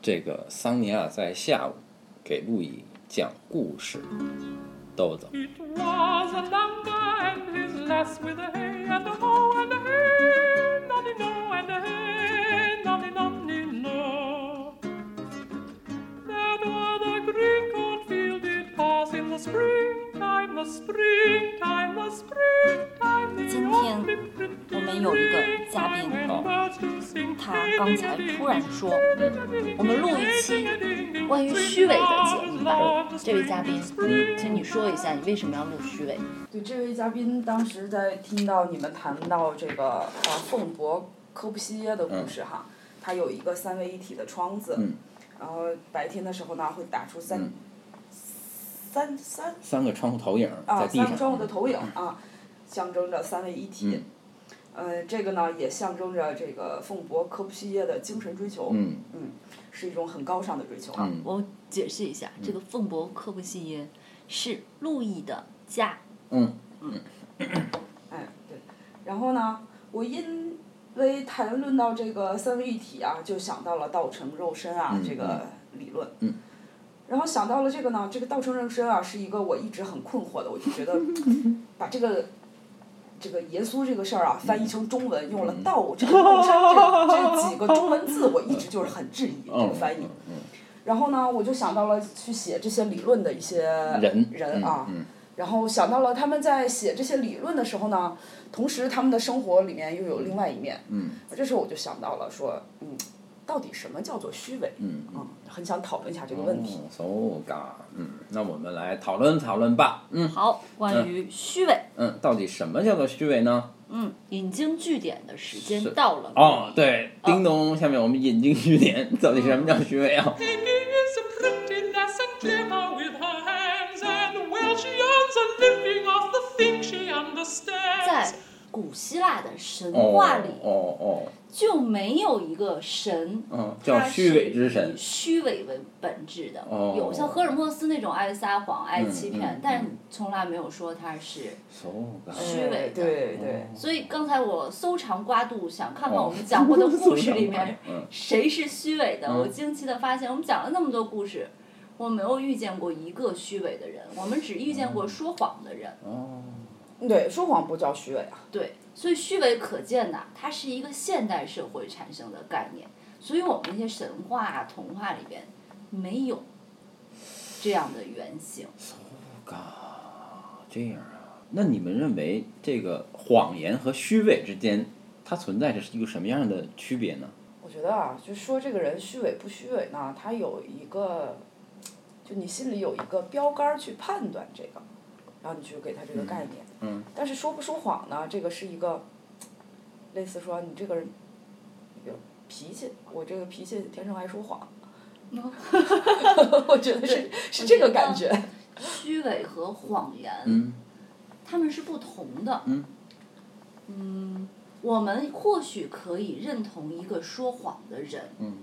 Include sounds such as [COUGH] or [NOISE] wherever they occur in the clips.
这个桑尼亚在下午给路易讲故事，豆子。 It was a long time his lass with a hey and a ho and a hey, nonny no and a hey, nonny nonny no. That o'er the green cornfield did pass in the springtime, the springtime, the springtime. the 今天 only pretty 我们有一个 springtime 嘉宾。 when 哦。 birds do sing 他刚才突然说，我们录一期关于虚伪的节目吧。这位嘉宾，嗯，请你说一下你为什么要录虚伪？对，这位嘉宾当时在听到你们谈到这个呃凤伯科布西耶的故事哈，它有一个三位一体的窗子，嗯然后白天的时候呢会打出三、嗯三三三个窗户投影在啊地三上，个窗户的投影啊，象征着三位一体。嗯呃，这个呢也象征着这个凤伯科布西耶的精神追求，嗯是一种很高尚的追求啊。嗯我解释一下，这个凤伯克布西耶是路易的家，嗯哎，对。然后呢，我因为谈论到这个三位一体啊，就想到了道成肉身啊、嗯这个理论。嗯然后想到了这个呢，这个道成肉身啊，是一个我一直很困惑的，我就 [LAUGHS] 觉得把这个这个耶稣这个事儿啊嗯翻译成中文，用了道成肉身这这几个中文字，我一直就是很质疑这嗯个翻译。嗯然后呢，我就想到了去写这些理论的一些人人啊，嗯然后想到了他们在写这些理论的时候呢，同时他们的生活里面又有另外一面。嗯这时候我就想到了说，嗯，到底什么叫做虚伪？嗯嗯嗯，很想讨论一下这个问题。哦，so ga，嗯，那我们来讨论讨论吧。嗯好，关于虚伪，嗯，到底什么叫做虚伪呢？嗯，引经据典的时是间到了。哦，，对，叮咚，下面我们引经据典，到底什么叫虚伪啊？ Peggy is a pretty lass and clever with her hands, and well she earns a living off the things she understands. 在古希腊的神哦话里哦哦，就没有一个神嗯，它叫虚伪之是神以。虚伪为本质的。哦有像赫尔墨斯那种爱撒谎、爱欺嗯骗，嗯但是从来没有说他是。 so 哎 ga，虚伪的对对，所以刚才我搜肠刮肚，想看看哦我们讲过 [LAUGHS] 的故事里面嗯谁是虚伪的。嗯我惊奇的发现，我们讲了那么多故事，我没有遇见过一个虚伪的人，我们只遇见嗯过说谎的人。哦，对，说谎不叫虚伪啊。对，所以虚伪可见呐、它是一个现代社会产生的概念，所以我们那些神话啊、童话里边没有这样的原型。这样啊，那你们认为这个谎言和虚伪之间，它存在着一个什么样的区别呢？我觉得啊，就说这个人虚伪不虚伪呢，他有一个，就你心里有一个标杆儿去判断这个，然后你去给他这个概念。嗯但是说不说谎呢，这个是一个，类似说你这个人，有脾气，我这个脾气天生爱说谎。哦 [LAUGHS] 我觉得是是这个感觉。虚伪和谎言，嗯他们是不同的。嗯嗯我们或许可以认同一个说谎的人，嗯。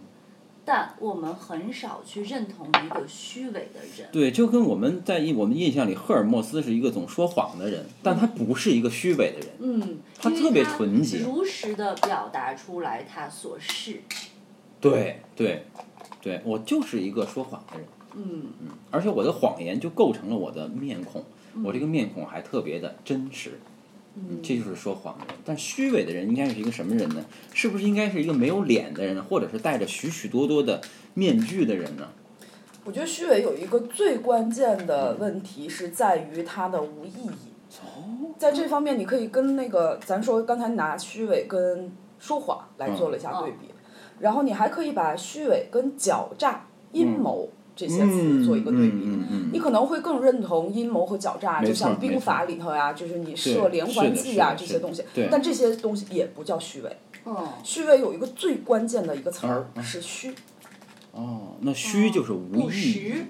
但我们很少去认同一个虚伪的人。对，就跟我们在印我们印象里，赫尔墨斯是一个总说谎的人，但他不是一个虚伪的人。嗯，他因为特别纯洁如实的表达出来他所是。对对对，我就是一个说谎的人，嗯，而且我的谎言就构成了我的面孔，嗯我这个面孔还特别的真实。嗯，这就是说谎的人。但虚伪的人应该是一个什么人呢？是不是应该是一个没有脸的人，或者是戴着许许多多的面具的人呢？我觉得虚伪有一个最关键的问题是在于它的无意义。哦在这方面，你可以跟那个咱说刚才拿虚伪跟说谎来做了一下对比，然后你还可以把虚伪跟狡诈、阴谋这些词做一个对比。嗯嗯嗯你可能会更认同阴谋和狡诈，没错就像兵法里头呀，就是你是的设连环计呀是的这是的些东西对，但这些东西也不叫虚伪。哦，虚伪有一个最关键的一个词儿嗯嗯是虚，哦，那嗯虚就是无不意义。实，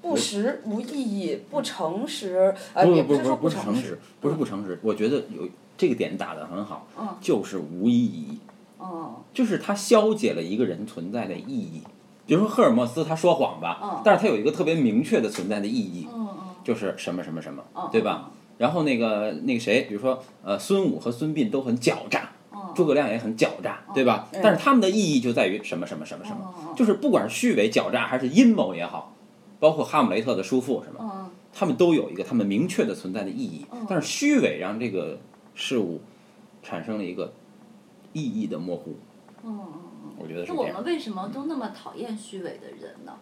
不实、无意义、不诚实，呃，不也不是说不是诚诚实，不是不诚实，我觉得有这个点打得很好，嗯就是无意义，哦，就是它消解了一个人存在的意义。比如说赫尔墨斯他说谎吧，嗯但是他有一个特别明确的存在的意义，嗯就是什么什么什么，嗯，对吧？？然后那个那个谁，比如说呃孙武和孙膑都很狡诈，嗯诸葛亮也很狡诈，对吧？但是他们的意义就在于什么什么什么什么，哦就是不管是虚伪、狡诈还是阴谋也好，包括哈姆雷特的叔父什么，嗯，他们都有一个他们明确的存在的意义。但是虚伪让这个事物产生了一个意义的模糊。我觉得是嗯那这我样们。为什么都那么讨厌虚伪的人呢？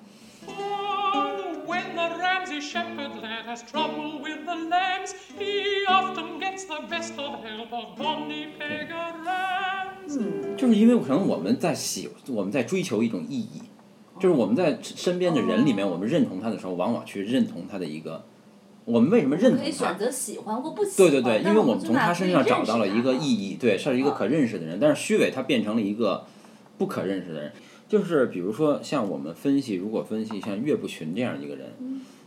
Oh, when the Ramsey shepherd lad has trouble with the lambs, he often gets the best of help of bonny beggar lambs. 就是因为可能我们在喜，我们在追求一种意义，就是我们在身边的人里面，我们认同他的时候，往往去认同他的一个，我们为什么认可同以他选？择喜欢或不喜对欢。对对，因为我们从他啊身上找到了一个意义。义，对，是一个可认识的人。但是虚伪他变成了一个不可认识的人，就是比如说像我们分析，如果分析像岳不群这样一个人，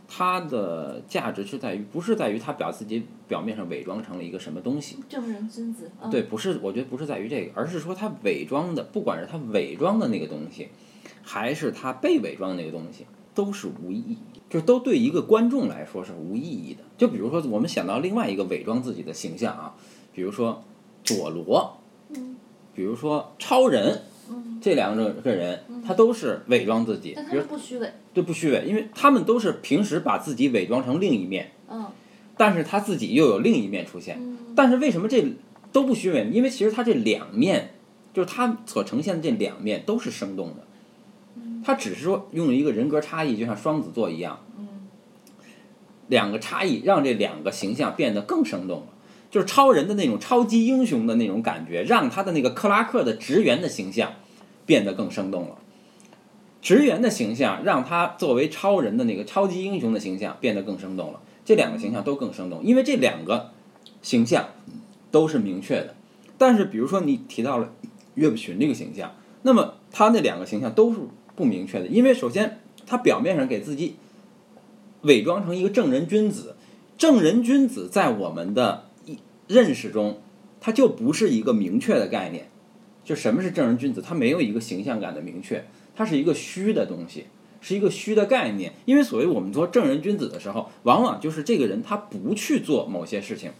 他的价值是在于不是在于他表自己表面上伪装成了一个什么东西，正人君子。嗯对，。不是，我觉得不是在于这个，而是说他伪装的，不管是他伪装的那个东西，还是他被伪装的那个东西，都是无意义，就都对一个观众来说是无意义的。就比如说，我们想到另外一个伪装自己的形象啊，比如说佐罗，嗯比如说超人，这两个个人，他都是伪装自己嗯但，他比如们不虚伪。对不虚伪，因为他们都是平时把自己伪装成另一面，嗯但是他自己又有另一面出现。但是为什么这都不虚伪？因为其实他这两面，就是他所呈现的这两面都是生动的。他只是说用一个人格差异，就像双子座一样，两个差异让这两个形象变得更生动了。就是超人的那种超级英雄的那种感觉，让他的那个克拉克的职员的形象变得更生动了。职员的形象让他作为超人的那个超级英雄的形象变得更生动了。这两个形象都更生动，因为这两个形象都是明确的。但是，比如说你提到了岳不群这个形象，那么他那两个形象都是不明确的，因为首先他表面上给自己伪装成一个正人君子，正人君子在我们的一认识中，他就不是一个明确的概念。就什么是正人君子，他没有一个形象感的明确，它是一个虚的东西。是一个虚的概念，因为所谓我们说正人君子的时候，往往就是这个人他不去做某些事情，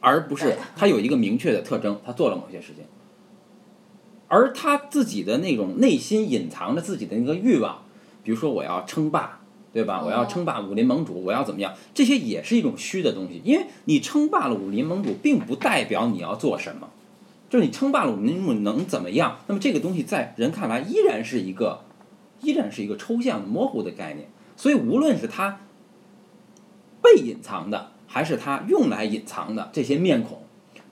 而不是他有一个明确的特征，他做了某些事情，而他自己的那种内心隐藏着自己的那个欲望，比如说我要称霸，对吧？我要称霸武林盟主，我要怎么样？这些也是一种虚的东西，因为你称霸了武林盟主，并不代表你要做什么。就是你称霸了武林盟主能怎么样？那么这个东西在人看来依然是一个依然是一个抽象的、模糊的概念。所以，无论是它被隐藏的，还是它用来隐藏的这些面孔，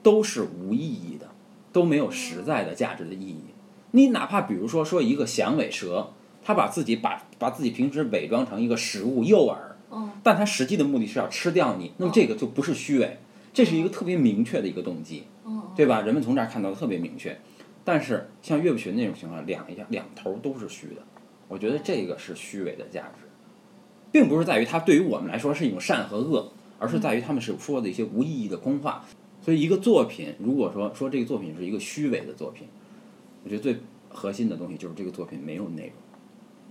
都是无意义的，都没有实在的价值的意义。你哪怕比如说说一个响尾蛇，它把自己把把自己平时伪装成一个食物诱饵，嗯但它实际的目的是要吃掉你，那么这个就不是虚伪，这是一个特别明确的一个动机。嗯。对吧？人们从这儿看到的特别明确。但是像岳不群那种情况，两一下两头都是虚的，我觉得这个是虚伪的价值，并不是在于它对于我们来说是一种善和恶，而是在于他们是说的一些无意义的空话。所以，一个作品如果说说这个作品是一个虚伪的作品，我觉得最核心的东西就是这个作品没有内容，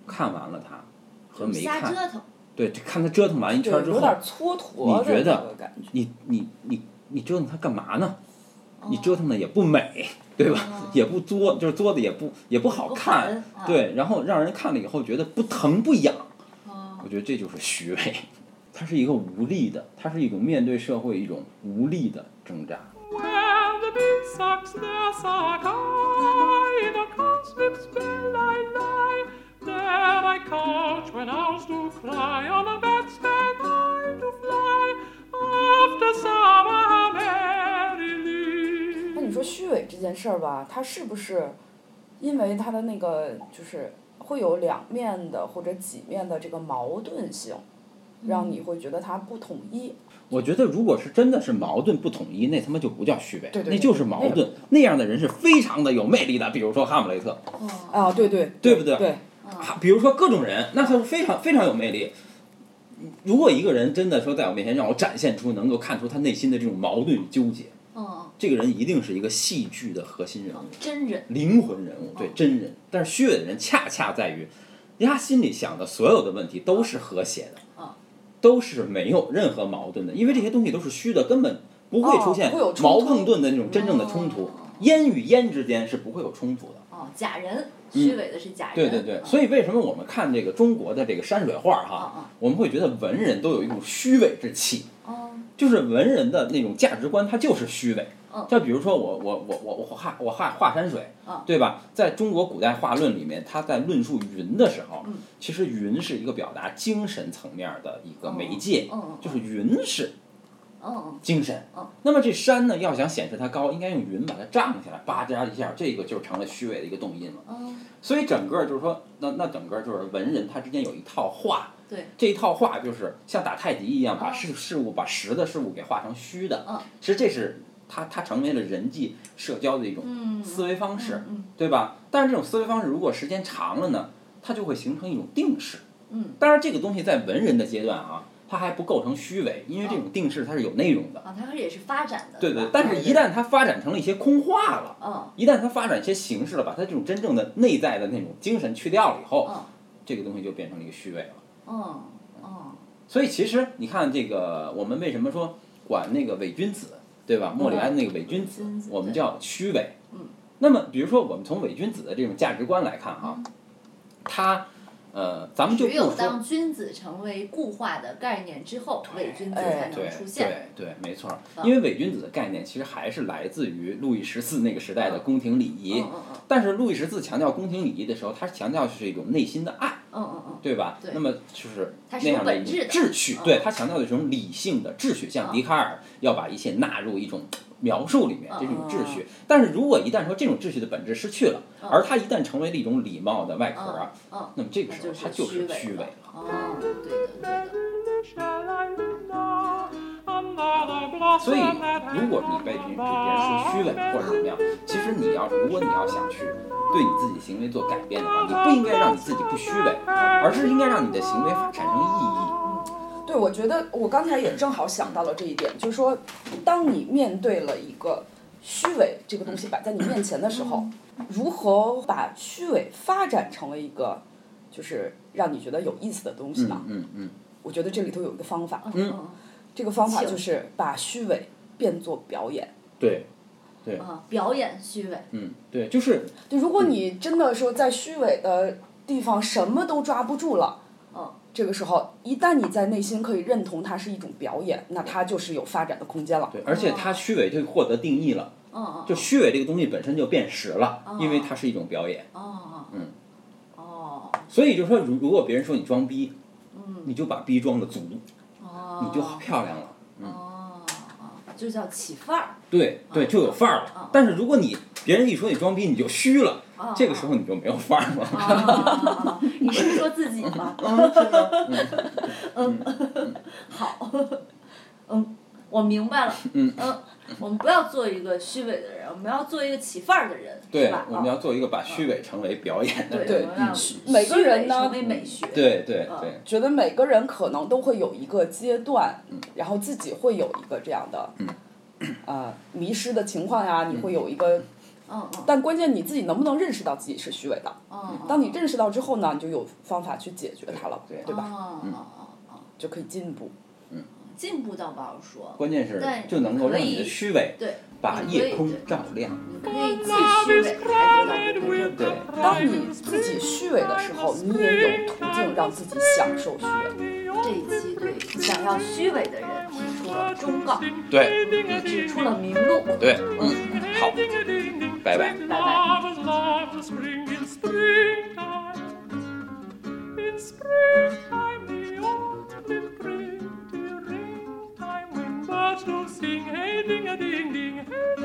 看完了它和没瞎看，折腾。对，看它折腾完一圈对，之有后，点蹉跎你的觉那得个感觉。你你你你折腾它干嘛呢？哦你折腾的也不美，对吧？也不作，就是作的也不也不好不看好看，啊对。然后让人看了以后觉得不疼不痒，哦我觉得这就是虚伪，它是一个无力的，它是一种面对社会一种无力的挣扎。 Where the bee sucks, there suck I. The cowslips will I lie. There I couch when owls do cry. On a bat's back I do fly. After summer merrily. 那你说虚伪这件事儿吧，它是不是因为它的那个就是会有两面的或者几面的这个矛盾性，让你会觉得它不统一？我觉得，如果是真的是矛盾不统一，那他妈就不叫虚伪，对对对那就是矛那盾个。那样的人是非常的有魅力的，比如说哈姆雷特，哦啊，对对，对不对对，啊，比如说各种人，那他是非常非常有魅力。如果一个人真的说在我面前让我展现出能够看出他内心的这种矛盾与纠结，哦，这个人一定是一个戏剧的核心人物哦，真人。灵魂人物，对真人。但是虚伪的人恰恰在于，他心里想的所有的问题都是和谐的啊，都是没有任何矛盾的，因为这些东西都是虚的，根本不会出现哦不会有冲突矛盾盾的那种真正的冲突哦。烟与烟之间是不会有冲突的。哦，假人，虚伪的是假人。嗯哦对对对，所以以为什么我们看这个中国的这个山水画哈，嗯嗯我们会觉得文人都有一股虚伪之气，哦，就是文人的那种价值观，它就是虚伪嗯。就比如说我我我我我画我画画山水嗯，对吧？在中国古代画论里面，他在论述云的时候嗯，其实云是一个表达精神层面的一个媒介，嗯嗯，就是云是嗯嗯精神嗯。那么这山呢，要想显示它高，应该用云把它胀起来，叭嗒一下，这个就成了虚伪的一个动因了。嗯，所以整个就是说，那那整个就是文人他之间有一套画，对，这一套画就是像打太极一样，把啊事事物把实的事物给画成虚的。嗯其实这是他他成为了人际社交的一种嗯，思维方式，嗯对吧？但是这种思维方式如果时间长了呢，它就会形成一种定式。嗯，当然这个东西在文人的阶段啊，它还不构成虚伪，因为这嗯种定式它是有内容的。啊，它也是发展的，对对吧，但是一，旦它发展成了一些空话了。嗯一旦它发展一些形式了，把它这种真正的内在的那种精神去掉了以后，嗯这个东西就变成了一个虚伪了。嗯嗯，所以其实你看，这个我们为什么说管那个伪君子，对吧？莫里安那个伪君子，嗯我们叫虚伪。嗯。那么，比如说我们从伪君子的这种价值观来看啊，他，呃，咱们就嗯只不有说。当君子成为固化的概念之后，伪君子才哎对能出现。对对，没错儿，嗯因为伪君子的概念其实还是来自于路易十四那个时代的宫廷礼仪嗯，嗯嗯但是路易十四强调宫廷礼仪的时候，他强调是一种内心的爱，嗯嗯嗯，对吧？对那么就是它那是有样的一本种质的秩序，嗯对他强调的这种理性的秩序，像嗯笛卡尔要把一切纳入一种描述里面，嗯这种秩序。但是如果一旦说这种秩序的本质失去了，嗯而它一旦成为了一种礼貌的外壳啊，嗯，那么这个那时候就它是就是伪虚伪了了。。哦，对的对的。 Shall I know another blossom 所以， that hangs 如果你被别人被别人说虚伪 on 或者怎么样，其实你要如果你要想去对你自己行为做改变的话，你不应该让你自己不虚伪，而是应该让你的行为产生意义。对，我觉得我刚才也正好想到了这一点，就是说，当你面对了一个虚伪这个东西摆在你面前的时候，嗯如何把虚伪发展成了一个就是让你觉得有意思的东西吧？嗯啊嗯我觉得这里头有一个方法，嗯嗯这个方法请就是把虚伪变作表演。嗯，对嗯，啊表演虚伪。嗯对，就是就嗯如果你真的说在虚伪的地方什么都抓不住了，嗯，这个时候一旦你在内心可以认同它是一种表演，那它就是有发展的空间了。对，而且它虚伪就获得定义了，嗯嗯。就虚伪这个东西本身就变实了，因为它是一种表演。哦。嗯。哦所以就说，如如果别人说你装逼，你就把逼装的足，哦。你就好漂亮了。嗯哦，就叫起范儿。对对，就有范儿了。但是如果你别人一说你装逼，你就虚了，哦这个时候你就没有范儿了。哦哦哦你是说自己吗？嗯嗯好， [LAUGHS] 嗯，我明白了。嗯。我们不要做一个虚伪的人，我们要做一个起范儿的人，[LAUGHS] 是对吧，？哦我们要做一个把虚伪成为表演的对，人。我们要虚每个人呢嗯虚伪成为美学。。对对嗯对，觉得每个人可能都会有一个阶段，然后自己会有一个这样的，呃，迷失的情况呀，你会有一个，嗯嗯但关键你自己能不能认识到自己是虚伪的？嗯嗯。当你认识到之后呢，你就有方法去解决它了，对对吧？哦哦哦哦，就可以进步。进步倒不好说。关键是但就能够可让你的以虚伪对，把你夜可以空对照亮。你可以 But 既 love 虚 is 伪，还得 crowded 到 with 别人 the 认对可。当你自己虚伪的时候，你也有途径让自己享受虚伪。这一期对想要虚伪的人提出了忠告，对也指出了明路。对，嗯，好，拜拜。 Love is love is spring in springtime. In springtime, the autumn pretty ringtime when birds do sing, hey ding a ding ding, hey